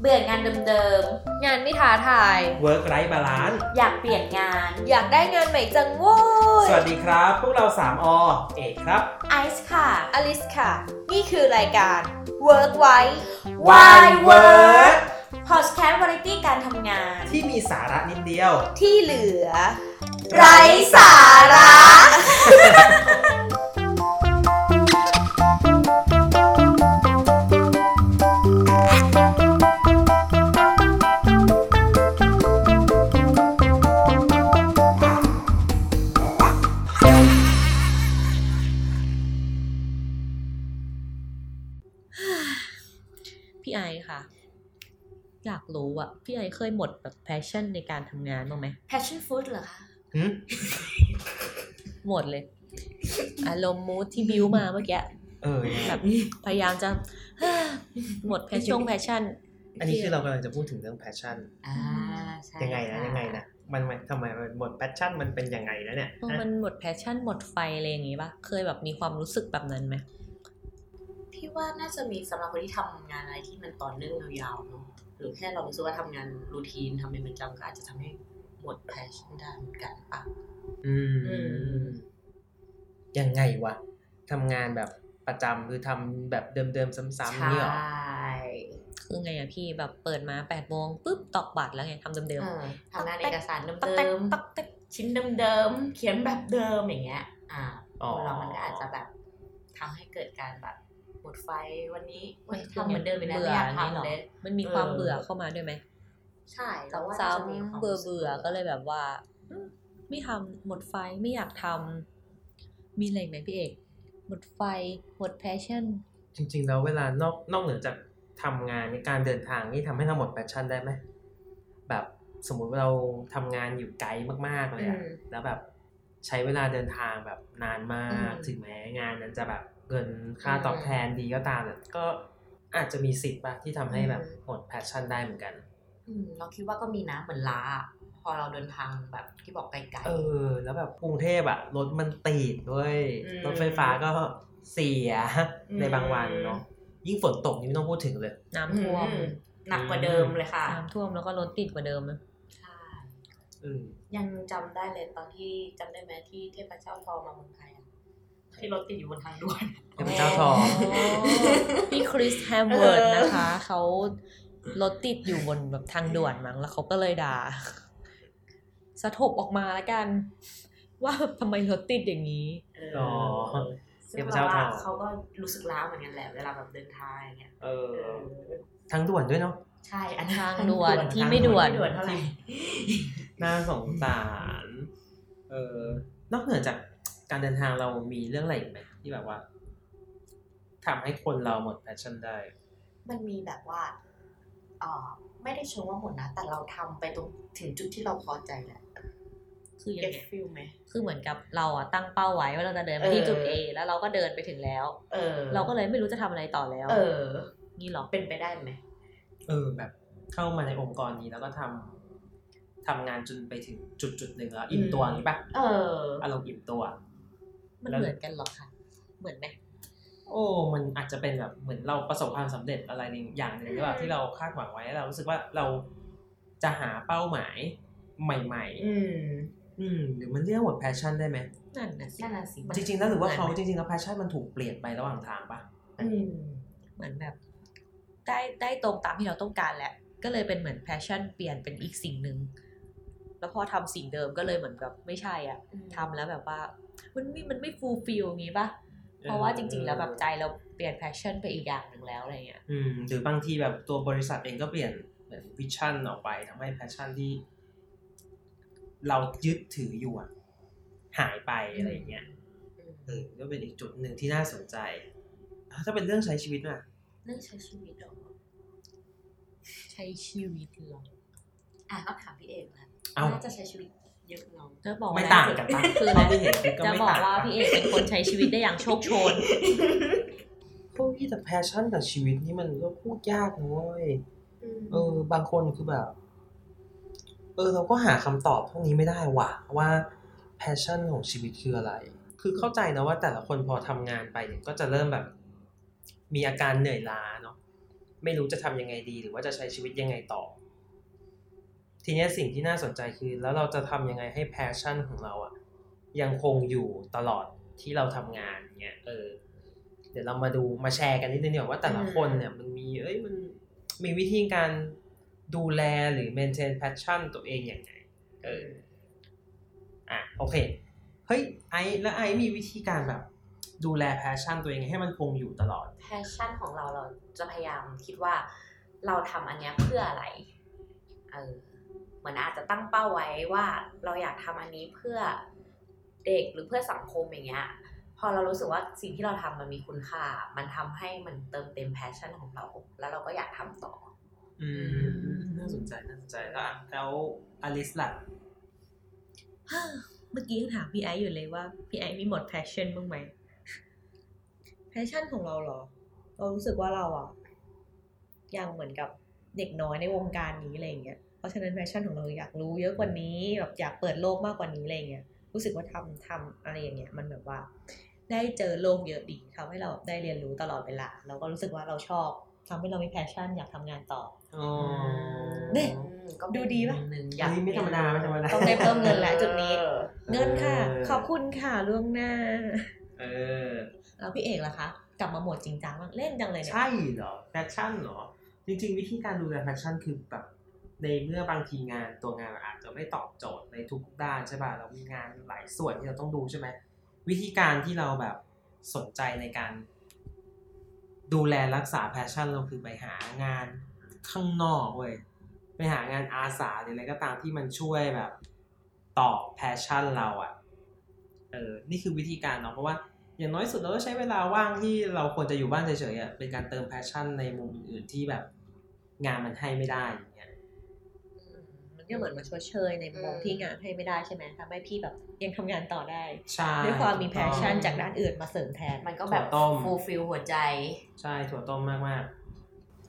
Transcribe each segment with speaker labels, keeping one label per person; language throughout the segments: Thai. Speaker 1: เบื่องานเดิม
Speaker 2: งานไม่ท้าทาย
Speaker 3: Work Life Balance
Speaker 1: ๆ อยากเปลี่ยนงาน
Speaker 2: อยากได้งานใหม่จังโว้ย
Speaker 3: สวัสดีครับ พวกเรา 3 อ เอกครับ
Speaker 1: ไอซ์ค่ะ
Speaker 2: อลิสค่ะ นี่คือรายการ Work ไว้
Speaker 3: Why Work
Speaker 1: พอดแคสต์วาไรตี้การทำงาน
Speaker 3: ที่มีสาระนิดเดียว
Speaker 2: ที่เหลือ
Speaker 1: ไร้สาระ
Speaker 4: พี่ไอค่ะ อยากรู้อะพี่ไอเคยหมดแบบแพชชั่นในการทำงานบ้างไหม
Speaker 1: passion food เหรอคะ
Speaker 3: หืม
Speaker 4: หมดเลย อารมณ์มูทที่บิวมาเมื่อกี้
Speaker 3: เออ
Speaker 4: แบบพยายามจะ หมดแพชชั่นแพชชั่น
Speaker 3: อันนี้คือเรากำลังจะพูดถึงเรื่อง passion
Speaker 1: อ่าใช่
Speaker 3: ยังไงนะ
Speaker 1: ค่
Speaker 3: ยังไงนะ มันมันทำไมมันหมด passion มันเป็นยังไงนะเนี่ย
Speaker 4: เออมันหมดแพชชั่นหมดไฟอะไรอย่างงี้ปะเคยแบบมีความรู้สึกแบบนั้นไหม
Speaker 1: พี่ว่าน่าจะมีสำหรับคนที่ทำงานอะไรที่มันต่อเนื่องยาวๆเนาะหรือแค่เรารู้สึกว่าทำงานรูทีนทำเป็นประจำก็อาจจะทำให้หมด passion ได้เหมือนกันปะ
Speaker 3: อื
Speaker 1: อื
Speaker 3: มยังไงวะทำงานแบบประจำหรือทำแบบเดิมๆซ้ำๆนี่หรอ
Speaker 1: ใช่
Speaker 4: คือไงอะพี่แบบเปิดมาแปดโมงปุ๊บตอกบัตรแล้วไงทำเดิม
Speaker 1: เออทำงานเอกสารเดิมๆ ชิ้นเดิมๆ เขียนแบบเดิมอย่างเงี้ย อ่า
Speaker 3: อ๋อ
Speaker 1: คนเรามันก็อาจจะแบบทำให้เกิดการแบบหมดไฟวันนี้
Speaker 4: ๆ
Speaker 1: เว้ยทำเหมือนเดิมไปแล้ว
Speaker 4: บื่
Speaker 1: ไม่อยาก
Speaker 4: ย่างงี้หร
Speaker 1: ทำเลย
Speaker 4: มันมีความ
Speaker 1: เออ
Speaker 4: เบื่อเข้ามาด้วยไหม
Speaker 1: ใช่
Speaker 4: ซ้
Speaker 1: เราว่า
Speaker 4: ำ
Speaker 1: จะมีค
Speaker 4: ๆ
Speaker 1: วาม
Speaker 4: เบื่อ
Speaker 1: รู้สึ
Speaker 4: เบื่อก็เลยแบบว่าอืมไม่ทำหมดไฟไม่อยากทำมีอะไรอีกไหมพี่เอก หมดไฟ หมดแพชชั่น
Speaker 3: จริงๆ แล้วเวลานอกนอกเหนือจากทำงานในการเดินทางนี่ทำให้เราหมดแพชชั่นได้ไหมแบบสมมุติว่าเราทำงานอยู่ไกลมากๆเลยอะ
Speaker 4: อืม
Speaker 3: แล้วแบบใช้เวลาเดินทางแบบนานมาก
Speaker 4: อืม
Speaker 3: ถึงแม้งานนั้นจะแบบเงินค่าตอบแทนดีก็ตามแต่ก็อาจจะมีสิทธิ์ป่ะที่ทำให้แบบหมดแพชชั่นได้เหมือนกัน
Speaker 1: อืมเราคิดว่าก็มีนะเหมือนล้า พอเราเดินทางแบบที่บอกไกล
Speaker 3: เออ แล้วแบบกรุงเทพอะรถมันติดด้วย
Speaker 1: อืม
Speaker 3: รถไฟฟ้าก็เสีย
Speaker 1: อืม
Speaker 3: ในบางวันเนาะยิ่งฝนตกนี่ไม่ต้องพูดถึงเลย
Speaker 4: น้ำ
Speaker 1: ๆ
Speaker 4: ท่วม
Speaker 1: อืหนักกว่าเดิมเลยค่ะ
Speaker 4: น้ำท่วมแล้วก็รถติดกว่าเดิมนะ
Speaker 1: ใช่
Speaker 3: อืม
Speaker 1: ยังจำได้เลยตอนที่จำได้ไหมที่เทพเจ้าทอมาเมืองไทยอะที่รถติดอยู่บนทางด่วน
Speaker 3: เทพเจ้าทอง
Speaker 4: พี่คริสแฮมเวิร์ด
Speaker 1: เออ
Speaker 4: นะคะ เขารถติดอยู่บนแบบ ทางด่วนมั้งแล้วเขาก็เลยด่า สะทบออกมาแล้วกัน ว่าแบบทำไมรถติดอย่างนี้
Speaker 1: เ
Speaker 3: อ๋อ
Speaker 1: ซึ่ง
Speaker 3: เทพ
Speaker 1: เรา
Speaker 3: เจ้าท
Speaker 1: ว่า
Speaker 3: อง
Speaker 1: เขาก็รู้สึกล้าเหมือนกันแหละเวลาแบบเดินทางอย่างเงี้ย
Speaker 3: เอ
Speaker 1: เอ
Speaker 3: อ
Speaker 1: อ
Speaker 3: ทั้งด่วนด้วยเนาะ
Speaker 1: ใช่อันนั้น
Speaker 4: ทางด่วนที่ไม่ด่วน
Speaker 1: ที่ไม่ด่วนเท่าไหร่
Speaker 3: น่าสงสารเออนอกเหนือจากการเดินทางเรามีเรื่องอะไรอีกไหมที่แบบว่าทำให้คนเราหมดแพชชั่นได้
Speaker 1: มันมีแบบว่าเออไม่ได้เชงว่าหมดนะ แต่เราทำไปตรงถึงจุดที่เราพอใจแหละ
Speaker 4: คือยัง
Speaker 1: เก็ต
Speaker 4: ไง
Speaker 1: ฟิลไหม
Speaker 4: คือเหมือนกับเราอะตั้งเป้าไว้ว่าเราจะเดินไปที่จุด
Speaker 1: เอ
Speaker 4: A
Speaker 1: อ
Speaker 4: แล้วเราก็เดินไปถึงแล้ว
Speaker 1: เออ
Speaker 4: เราก็เลยไม่รู้จะทำอะไรต่อแล้ว
Speaker 1: เออ
Speaker 4: นี่หรอ
Speaker 1: เป็นไปได้ไหม
Speaker 3: เออ แบบเข้ามาในองค์กรนี้แล้วก็ทำทำงานจนไปถึงจุดจุดๆหนึ่งแล้วอิ่มตัวหรือปะ
Speaker 1: เออ
Speaker 3: อารมณ์อิ่มตัว
Speaker 4: มันเหมือนกันหรอคะเหมือนไหม
Speaker 3: โอ้ มันอาจจะเป็นแบบเหมือนเราประสบความสำเร็จอะไรหนึ่งอย่างหนึ่งหรือเปล่าที่เราคาดหวังไว้แล้วเรารู้สึกว่าเราจะหาเป้าหมายใหม่
Speaker 1: อืม
Speaker 3: ๆ อืม หรือมันเรียกว่าแพชชั่นได้ไหม
Speaker 4: นั่นนะสิ
Speaker 1: นั่นน่ะสิ
Speaker 3: จริงๆแล้วหรือว่าเขาจริงๆแล้วแพชชั่นมันถูกเปลี่ยนไประหว่างทางปะ
Speaker 1: อืม
Speaker 4: เหมือนแบบ ได้ได้ตรงตามที่เราต้องการแหละ ก็เลยเป็นเหมือนแพชชั่นเปลี่ยนเป็นอีกสิ่งหนึ่งแล้วพอทำสิ่งเดิมก็เลยเหมือนกับไม่ใช่อ่ะทำแล้วแบบว่า มันไม่มันไม่ฟูลฟิลงี้ปะเพราะว่าจริง ๆ แล้วแบบใจเราเปลี่ยนแพชชั่นไปอีกอย่างหนึ่งแล้วอะไรเงี้ย
Speaker 3: อืมหรือบางทีแบบตัวบริษัทเองก็เปลี่ยนเหมือนวิชั่นออกไปทำให้แพชชั่นที่ เรายึดถืออยู่อะหายไปอะไรอย่างเงี้ย
Speaker 1: อืม
Speaker 3: เออก็เป็นอีกจุดหนึ่งที่น่าสนใจอ่ะถ้าเป็นเรื่องใช้ชีวิตน่ะ
Speaker 1: เรื่องใช้ชีวิตเหรอ
Speaker 4: ใช้ชีวิตเหรอ
Speaker 1: อ่ะต้องถามพี่เอกนะ
Speaker 3: เอ้า
Speaker 1: น่าจะใช้ชีวิตเยอะเรา
Speaker 4: จะบอกว่
Speaker 3: ไม่ต่างกันปะ
Speaker 4: คือ
Speaker 3: เท่าที่เห็นก็
Speaker 4: จะ
Speaker 3: ไม่
Speaker 4: บอ
Speaker 3: ต่าก ง
Speaker 4: ว่าพี่เอกเป็นคนใช้ชีวิตได้อย่างโชคโชน
Speaker 3: พวกที่แต่แพชชั่นกับชีวิตนี่มันก็พูดยากนะเว้ย เออบางคนคือแบบ เออ เราก็หาคำตอบพวกนี้ไม่ได้ว่ะ ว่าแพ passion ของชีวิตคืออะไร คือเข้าใจนะว่าแต่ละคนพอทำงานไปเนี่ยก็จะเริ่มแบบ มีอาการเหนื่อยล้าเนาะไม่รู้จะทำยังไงดี หรือว่าจะใช้ชีวิตยังไงต่อ ทีเนี้ยสิ่งที่น่าสนใจคือ แล้วเราจะทำยังไงให้ passion ของเราอะยังคงอยู่ตลอดที่เราทำงานเนี่ยเออ เดี๋ยวเรามาดูมาแชร์กันนิดนึงเนี่ยว่าแต่ละคนเนี่ยมันมีเอ้ยมันมีวิธีการดูแลหรือ maintain passion ตัวเองอย่างไงเออ อ่ะโอเค เฮ้ยไอซ์แล้วไอซ์มีวิธีการแบบ ดูแลแพชชั่นตัวเองให้มันคงอยู่ตลอด
Speaker 1: แพชชั่นของเราเราจะพยายามคิดว่าเราทำอันเนี้ยเพื่ออะไร เออ เหมือนอาจจะตั้งเป้าไว้ว่าเราอยากทำอันนี้เพื่อเด็กหรือเพื่อสังคมอย่างเงี้ย พอเรารู้สึกว่าสิ่งที่เราทำมันมีคุณค่า มันทำให้มันเติมเต็มแพชชั่นของเรา แล้วเราก็อยากทำต่อ
Speaker 3: อืมน่าสนใจน่าสนใจแล้วอ่ะแล้วอลิสล่ะ
Speaker 4: เมื่อกี้ยังถามพี่ไอซ์อยู่เลยว่าพี่ไอซ์มีหมด passion บ้างไหม passion ของเราเหรอ เรารู้สึกว่าเราอะยังเหมือนกับเด็กน้อยในวงการนี้อะไรอย่างเงี้ย เพราะฉะนั้น passion ของเราอยากรู้เยอะกว่านี้แบบอยากเปิดโลกมากกว่านี้อะไรอย่างเงี้ย รู้สึกว่าทำทำอะไรอย่างเงี้ย มันแบบว่า ได้เจอโลกเยอะดีทำให้เราได้เรียนรู้ตลอดเวลาเราก็รู้สึกว่าเราชอบทำให้เรามี passion อยากทำงานต่อ
Speaker 3: อ๋อ
Speaker 4: เนี่ย
Speaker 1: อืมก็เป็น
Speaker 4: ดูดีปะ
Speaker 1: หนึ่งอ
Speaker 3: อยา
Speaker 1: ย่าก ง
Speaker 3: ไม่ธรรมดาไม่ธรรมดา
Speaker 4: ต้องได้เพิ่มเงิน แล้วจุดนี้ เงินค่ะ
Speaker 3: เ
Speaker 4: ขอบคุณค่ะล่วงหน้า
Speaker 3: เออ
Speaker 4: แล้วพี่เอกล่ะคะ กลับมาโหมดจริงจังบ้างเล่นจังเลยเนี่ย
Speaker 3: ใช่เหรอแพชชั่นเหรอ จริง ๆ วิธีการดูแลแพชชั่นคือแบบ ในเมื่อบางทีงานตัวงานมันอาจจะไม่ตอบโจทย์ในทุกด้านใช่ป่ะเรามีงานหลายส่วนที่เราต้องดูใช่ไหมวิธีการที่เราแบบสนใจในการ ดูแลรักษาแพชชั่นเราคือไปหางานข้างนอกเว้ยไปหางานอาสาหรืออะไรก็ตามที่มันช่วยแบบตอบแพชชั่นเราอะ่ะเออนี่คือวิธีการเนาะเพราะว่า อย่างน้อยสุดเราก็ใช้เวลาว่างที่เราควรจะอยู่บ้านเฉยๆอ่ะเป็นการเติมแพชชั่นในมุมอื่นๆที่แบบงานมันให้ไม่ได้อย่างเงี้ย
Speaker 4: มันก็เหมือนมาชดเชยในมุมที่งานให้ไม่ได้ใช่ไหมทำให้พี่แบบยังทำงานต่อได้
Speaker 3: ใช่
Speaker 4: ด้วยความมีแพชชั่น
Speaker 3: ถูกต้อง
Speaker 4: จากด้านอื่นมาเสริมแทน
Speaker 1: มันก็แบบ
Speaker 3: ถั่วต้ม
Speaker 1: ฟูลฟิลหัวใจ
Speaker 3: ใช่ถั่วต้มมาก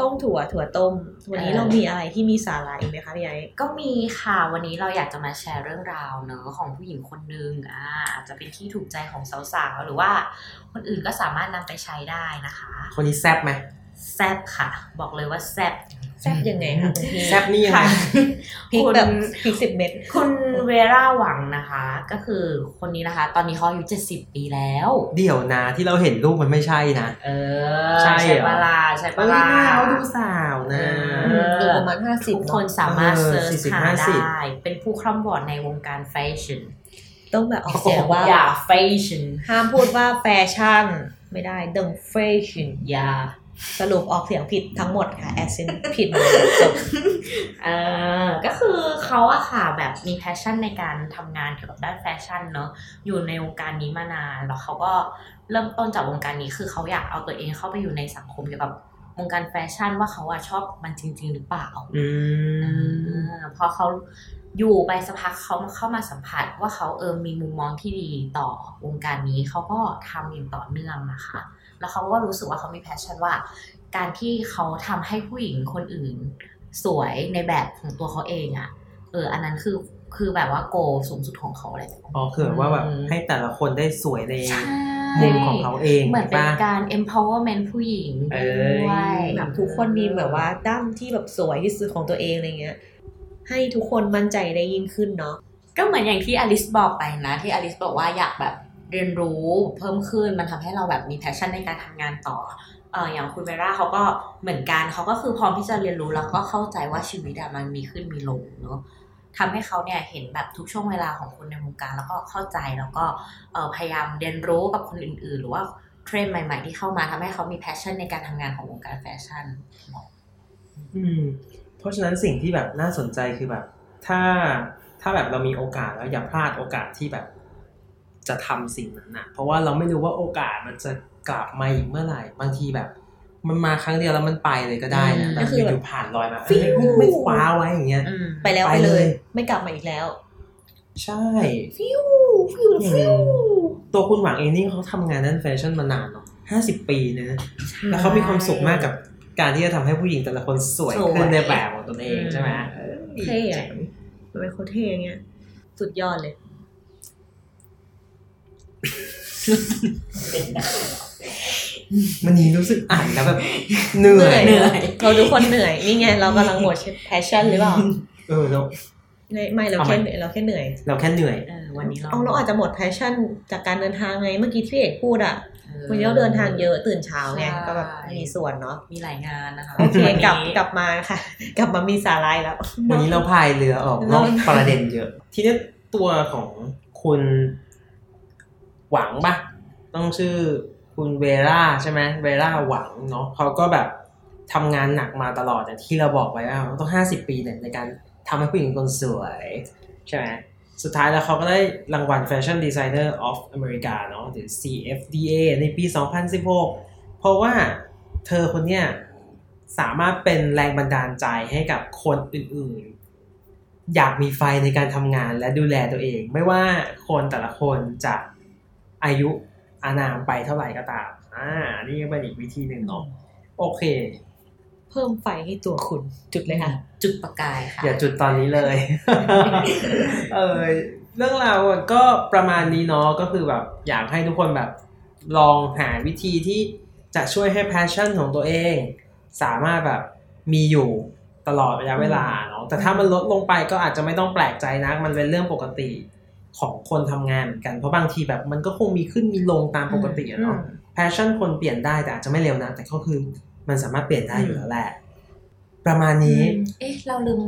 Speaker 4: ต้มถั่วถั่วต้ม วันนี้
Speaker 1: เออ
Speaker 4: เรามีอะไรที่มีสาระอีกไหมคะพี่ไอ้
Speaker 1: ก็มีค่ะวันนี้เราอยากจะมาแชร์เรื่องราวเนอะของผู้หญิงคนหนึ่งอ่าอาจจะเป็นที่ถูกใจของสาวๆหรือว่าคนอื่นก็สามารถนำไปใช้ได้นะคะ
Speaker 3: ๆ คนนี้แซบไหม
Speaker 1: แซบค่ะ บอกเลยว่าแซบ
Speaker 4: แซ่บยังไงคะคุณพี่
Speaker 3: แซ่บนี่ยังไง
Speaker 4: ค่ะพริกแบบ
Speaker 1: คุณ
Speaker 4: พริกสิบเม็ด
Speaker 1: คุณเวราหวังนะคะ ก็คือคนนี้นะคะ ตอนนี้เขาอายุ70 ปีแล้ว
Speaker 3: เดี๋ยวนะที่เราเห็นรูปมันไม่ใช่นะ
Speaker 1: เออ
Speaker 3: ใช่เหรอ
Speaker 1: ปะลาใช่
Speaker 3: เอ
Speaker 1: ปะ
Speaker 3: อห
Speaker 1: ลา
Speaker 3: น้าเขาดูสาวนะ
Speaker 1: เออ
Speaker 4: ดูประมาณห้าสิบ
Speaker 1: ทุกคนสามารถ
Speaker 3: เออ
Speaker 1: เซิร์ช
Speaker 3: 40
Speaker 1: หา
Speaker 3: ห้า
Speaker 1: ได
Speaker 3: สิบ
Speaker 1: ้ เป็นผู้คร่ำวอร์ดในวงการแฟชั่น
Speaker 4: ต้องแบบออกเสียงว่า
Speaker 1: อย่าแฟชั่น
Speaker 4: ห้ามพูดว่าแฟชั่น ไม่ได้เดิงแฟชั่น
Speaker 1: อย่า
Speaker 4: สรุปออกเสียงผิดทั้งหมดค่ะ แอสเซนผิดหมดจบ
Speaker 1: เออก็คือเขาอะค่ะแบบมีแพชชั่นในการทำงานเกี่ยวกับด้านแฟชั่นเนอะอยู่ในวงการนี้มานาน แล้วเขาก็เริ่มต้นจากวงการนี้คือเขาอยากเอาตัวเองเข้าไปอยู่ในสังคมเกี่ยวกับวงการแฟชั่นว่าเขาอะชอบมันจริง ๆ หรือเปล่า
Speaker 3: อืม
Speaker 1: เออพอเขาอยู่ไปสักพักเขาเข้ามาสัมผัสว่าเขาเออมีมุมมองที่ดีต่อวงการนี้เขาก็ทำอย่างต่อเนื่องนะคะ แล้วเขาก็รู้สึกว่าเขามีแพชชั่นว่า การที่เขาทำให้ผู้หญิงคนอื่น สวยในแบบของตัวเขาเองอะเออ อันนั้นคือคือแบบว่าโกสูงสุดของเขาเลย
Speaker 3: อ๋อคือแบบว่าแบบให้แต่ละคนได้สวยใน
Speaker 1: ใช่
Speaker 3: มุมของเขาเอง
Speaker 1: เหมือนเป็น
Speaker 3: ป่ะ
Speaker 1: การ empowerment ผู้หญิง
Speaker 3: เอ้ย
Speaker 1: ด้วย
Speaker 4: แบบทุกคนมีแบบว่าด้ามที่แบบสวยที่สุดของตัวเองอะไรเงี้ย ให้ทุกคนมั่นใจได้ยิ่งขึ้นเนาะ
Speaker 1: ก็เหมือนอย่างที่อลิสบอกไปนะ ที่อลิสบอกว่าอยากแบบเรียนรู้เพิ่มขึ้นมันทำให้เราแบบมีแพชชั่นในการทำงานต่อเอออย่างคุณเวราเขาก็เหมือนกันเขาก็คือพร้อมที่จะเรียนรู้แล้วก็เข้าใจว่าชีวิตอะมันมีขึ้นมีลงเนาะทำให้เขาเนี่ยเห็นแบบทุกช่วงเวลาของคนในวงการแล้วก็เข้าใจแล้วก็เอ่อพยายามเรียนรู้กับคนอื่นๆ หรือว่าเทรนด์ใหม่ๆ ที่เข้ามาทำให้เขามีแพชชั่นในการทำงานของวงการแฟชั่น
Speaker 3: อืมเพราะฉะนั้นสิ่งที่แบบน่าสนใจคือแบบ ถ้าถ้าแบบเรามีโอกาสแล้วอย่าพลาดโอกาสที่แบบ จะทำสิ่งนั้นนะเพราะว่าเราไม่รู้ว่าโอกาสมันจะกลับมาอีกเมื่อไหร่ บางทีแบบ มันมาครั้งเดียวแล้วมันไปเลยก็ได้นะ
Speaker 1: อืม
Speaker 3: แบบอยู่ๆผ่านลอยมาเอ้ยไม่ไม่คว้าไว้อย่างเงี้ย
Speaker 1: อืม
Speaker 4: ไปแล้ว
Speaker 3: ไป
Speaker 4: ไป
Speaker 3: เล
Speaker 4: เลย ย ไม่กลับมาอีกแล้ว
Speaker 3: ใช่
Speaker 4: ฟิวฟิวฟิว
Speaker 3: ตัวคุณหวังเองนี่เขาทำงานด้านแฟชั่นมานานเนาะห้าสิบปีนะแล้วเขามีความสุขมากกับการที่จะทำให้ผู้หญิงแต่ละคนสวย
Speaker 1: สวย
Speaker 3: ขึ้นในแบบของตนเองใช่ไหม
Speaker 1: อืม
Speaker 3: เออ
Speaker 4: เท่อะทำไมเขาเท่อย่างเงี้ย สุดยอดเลย
Speaker 3: มันนี้รู้สึกอ่านแล้วแบบเหนื่อย
Speaker 4: เหนื่อย
Speaker 1: เราทุกคนเหนื่อย นี่ไงเรากำลังหมด passion หรือเปล่า
Speaker 3: เออเรา
Speaker 1: ไม่ไม่เรา
Speaker 3: เอาไหม
Speaker 1: แค่เหนื่อยเราแค่เหนื่อย
Speaker 3: เราแค่เหนื่อย
Speaker 4: เออวันนี้เรา
Speaker 1: เอาเราอาจจะหมด passion จากการเดินทางไงเมื่อกี้ที่เอกพูดอ่ะวันนี้เราเดินทางเยอะตื่นเช้าไง
Speaker 4: ใช่
Speaker 1: ก็แบบมีส่วนเนาะ
Speaker 4: มีหลายงานนะคะ
Speaker 1: โอเค
Speaker 4: วันนี้
Speaker 1: กลับกลับมาค่ะ กลับมามีสาระอีกแล้ว
Speaker 3: วันนี้เราพายเรือออกนอกประเด็นเยอะ ทีนี้ตัวของคุณหวังปะต้องชื่อคุณเวล่าใช่ไหมเวล่าหวังเนาะเขาก็แบบทำงานหนักมาตลอดอย่างที่เราบอกไว้ว่าต้องห้าสิบปีเนี่ยในการทำให้ผู้หญิงคนสวย ใช่ไหมสุดท้ายแล้วเขาก็ได้รางวัล Fashion Designer of America เนาะหรือ CFDA ในปี 2016 เพราะว่าเธอคนเนี้ยสามารถเป็นแรงบันดาลใจให้กับคนอื่นๆ อยากมีไฟในการทำงานและดูแลตัวเอง ไม่ว่าคนแต่ละคนจะอายุอานามไปเท่าไหร่ก็ตามอ่านี่ก็เป็นอีกวิธีหนึ่งเนาะโอเค
Speaker 1: เพิ่มไฟให้ตัวคุณ จุดเลยค่ะ
Speaker 4: จุดประกายค่ะ
Speaker 3: อย่าจุดตอนนี้เลย เออเรื่องราวมันก็ประมาณนี้เนาะ ก็คือแบบอยากให้ทุกคนแบบลองหาวิธีที่จะช่วยให้ passion ของตัวเอง สามารถแบบมีอยู่ตลอดระยะเวลาเนาะ แต่ถ้ามันลดลงไปก็อาจจะไม่ต้องแปลกใจนะ มันเป็นเรื่องปกติของคนทำงานเหมือนกัน เพราะบางทีแบบมันก็คงมีขึ้นมีลงตามปกติอะเนาะ แพชชั่นคนเปลี่ยนได้แต่อาจจะไม่เร็วนะ แต่ก็คือมันสามารถเปลี่ยนได้อยู่แล้วแหละ ประมาณนี้
Speaker 1: อืม
Speaker 4: เอ๊ะ เราลืม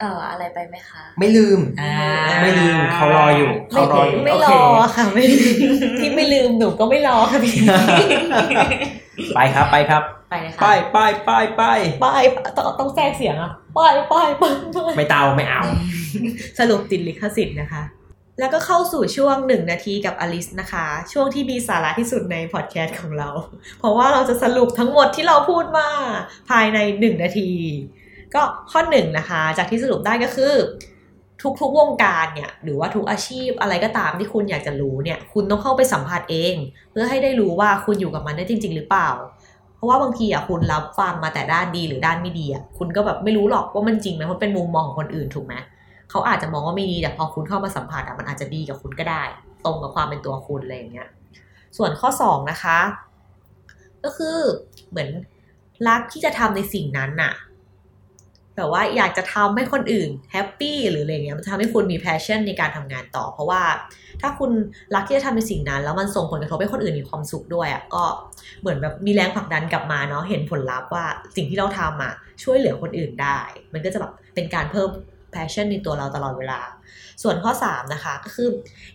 Speaker 4: เอ่ออะไรไปไหมคะ
Speaker 3: ไม่ลืม
Speaker 4: อ่า
Speaker 3: ไม่ลืมเขารออยู่เขารออยู่
Speaker 1: ไม่
Speaker 3: โอ
Speaker 1: ร
Speaker 3: เค
Speaker 1: อค่ะไม่ที่ไม่ลืมหนูก็ไม่รอค่ะพี่
Speaker 3: ไปครับไปครับ
Speaker 4: ไปเลยค่ะ
Speaker 3: ไปไปไปไป
Speaker 1: ป้ายต้องต้องแทรกเสียงอ่ะป้ายป้ายป้ายป้าย
Speaker 3: ไม่เตาไม่เอา
Speaker 1: สรุปติดลิขสิทธิ์นะคะ แล้วก็เข้าสู่ช่วงหนึ่งนาทีกับอลิสนะคะ ช่วงที่มีสาระที่สุดในพอดแคสต์ของเรา เพราะว่าเราจะสรุปทั้งหมดที่เราพูดมาภายในหนึ่งนาที ก็ข้อหนึ่งนะคะ จากที่สรุปได้ก็คือ ทุกๆวงการเนี่ย หรือว่าทุกอาชีพอะไรก็ตามที่คุณอยากจะรู้เนี่ย คุณต้องเข้าไปสัมผัสเอง เพื่อให้ได้รู้ว่าคุณอยู่กับมันได้จริง ๆ หรือเปล่า เพราะว่าบางทีอ่ะคุณรับฟังมาแต่ด้านดีหรือด้านไม่ดีอ่ะคุณก็แบบไม่รู้หรอกว่ามันจริงไหมมันเป็นมุมมองของคนอื่นถูกไหมเขาอาจจะมองว่าไม่ดีแต่พอคุณเข้ามาสัมผัสอ่ะมันอาจจะดีกับคุณก็ได้ ตรงกับความเป็นตัวคุณอะไรอย่างเงี้ยส่วนข้อสองนะคะ ก็คือเหมือนรักที่จะทำในสิ่งนั้นน่ะแบบว่าอยากจะทำให้คนอื่นแฮปปี้หรืออะไรเงี้ยมันทำให้คุณมีแพชชั่นในการทำงานต่อ เพราะว่าถ้าคุณรักที่จะทำในสิ่งนั้น แล้วมันส่งผลกระทบให้คนอื่นมีความสุขด้วยอ่ะก็เหมือนแบบมีแรงผลักดันกลับมาเนาะเห็นผลลัพธ์ว่าสิ่งที่เราทำอ่ะช่วยเหลือคนอื่นได้ มันก็จะแบบเป็นการเพิ่มแพชชั่นในตัวเราตลอดเวลา ส่วนข้อ 3 นะคะก็คือ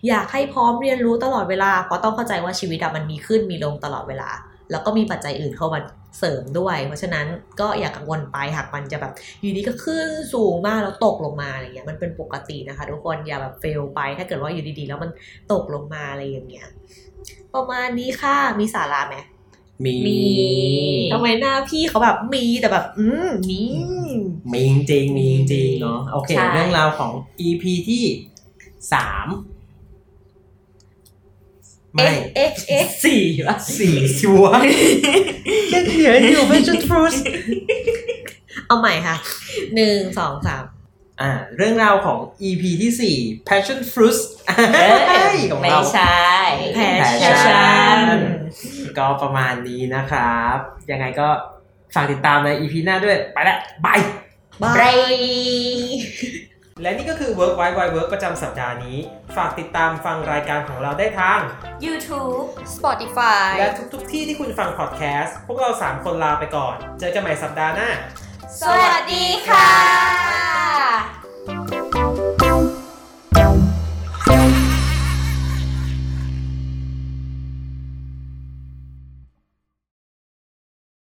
Speaker 1: อยากให้พร้อมเรียนรู้ตลอดเวลา เพราะต้องเข้าใจว่าชีวิตอะมันมีขึ้นมีลงตลอดเวลา แล้วก็มีปัจจัยอื่นเข้ามาเสริมด้วย เพราะฉะนั้นก็อย่ากกังวลไปหากมันจะแบบอยู่ดีก็ขึ้นสูงมากแล้วตกลงมาอะไรเงี้ยมันเป็นปกตินะคะ ทุกคนอย่าแบบเฟลไป ถ้าเกิดว่าอยู่ดีๆ แล้วมันตกลงมาอะไรอย่างเงี้ยประมาณนี้ค่ะมีสาระไหม
Speaker 3: มี
Speaker 4: มี
Speaker 1: ทำไมหน้าพี่เขาแบบมีแต่แบบ อืมมี
Speaker 3: มีจริงมีจริงเนาะโอเค
Speaker 4: ใช่
Speaker 3: เรื่องราวของ EP ที่สามไม่
Speaker 1: เอ๊ะเอ๊ะเอ๊ะ
Speaker 4: สี่ป่ะ
Speaker 3: สี่ชัวร์เล่นเหนืออยู่ไม่จนฟรุส
Speaker 1: เอาใหม่ค่ะหนึ่งสองสาม
Speaker 3: อ่าเรื่องราวของ EP ที่ 4 Passion Fruit ของ
Speaker 4: ไม่
Speaker 3: เรา
Speaker 4: ใช่
Speaker 1: แพช
Speaker 3: ชั่
Speaker 4: ชั่
Speaker 3: น
Speaker 4: น
Speaker 3: ก็ประมาณนี้นะครับ ยังไงก็ฝากติดตามใน EP หน้าด้วย ไปละบาย
Speaker 1: บา
Speaker 4: ไป
Speaker 1: ย
Speaker 3: และนี่ก็คือ Work Wide Wide Work ประจำสัปดาห์นี้ ฝากติดตามฟังรายการของเราได้ทาง
Speaker 2: YouTube Spotify
Speaker 3: และทุกๆที่ที่คุณฟังพอดแคสต์พวกเรา 3 คนลาไปก่อน เจอกันใหม่สัปดาห์หน้า
Speaker 2: สวัสดีค่ะ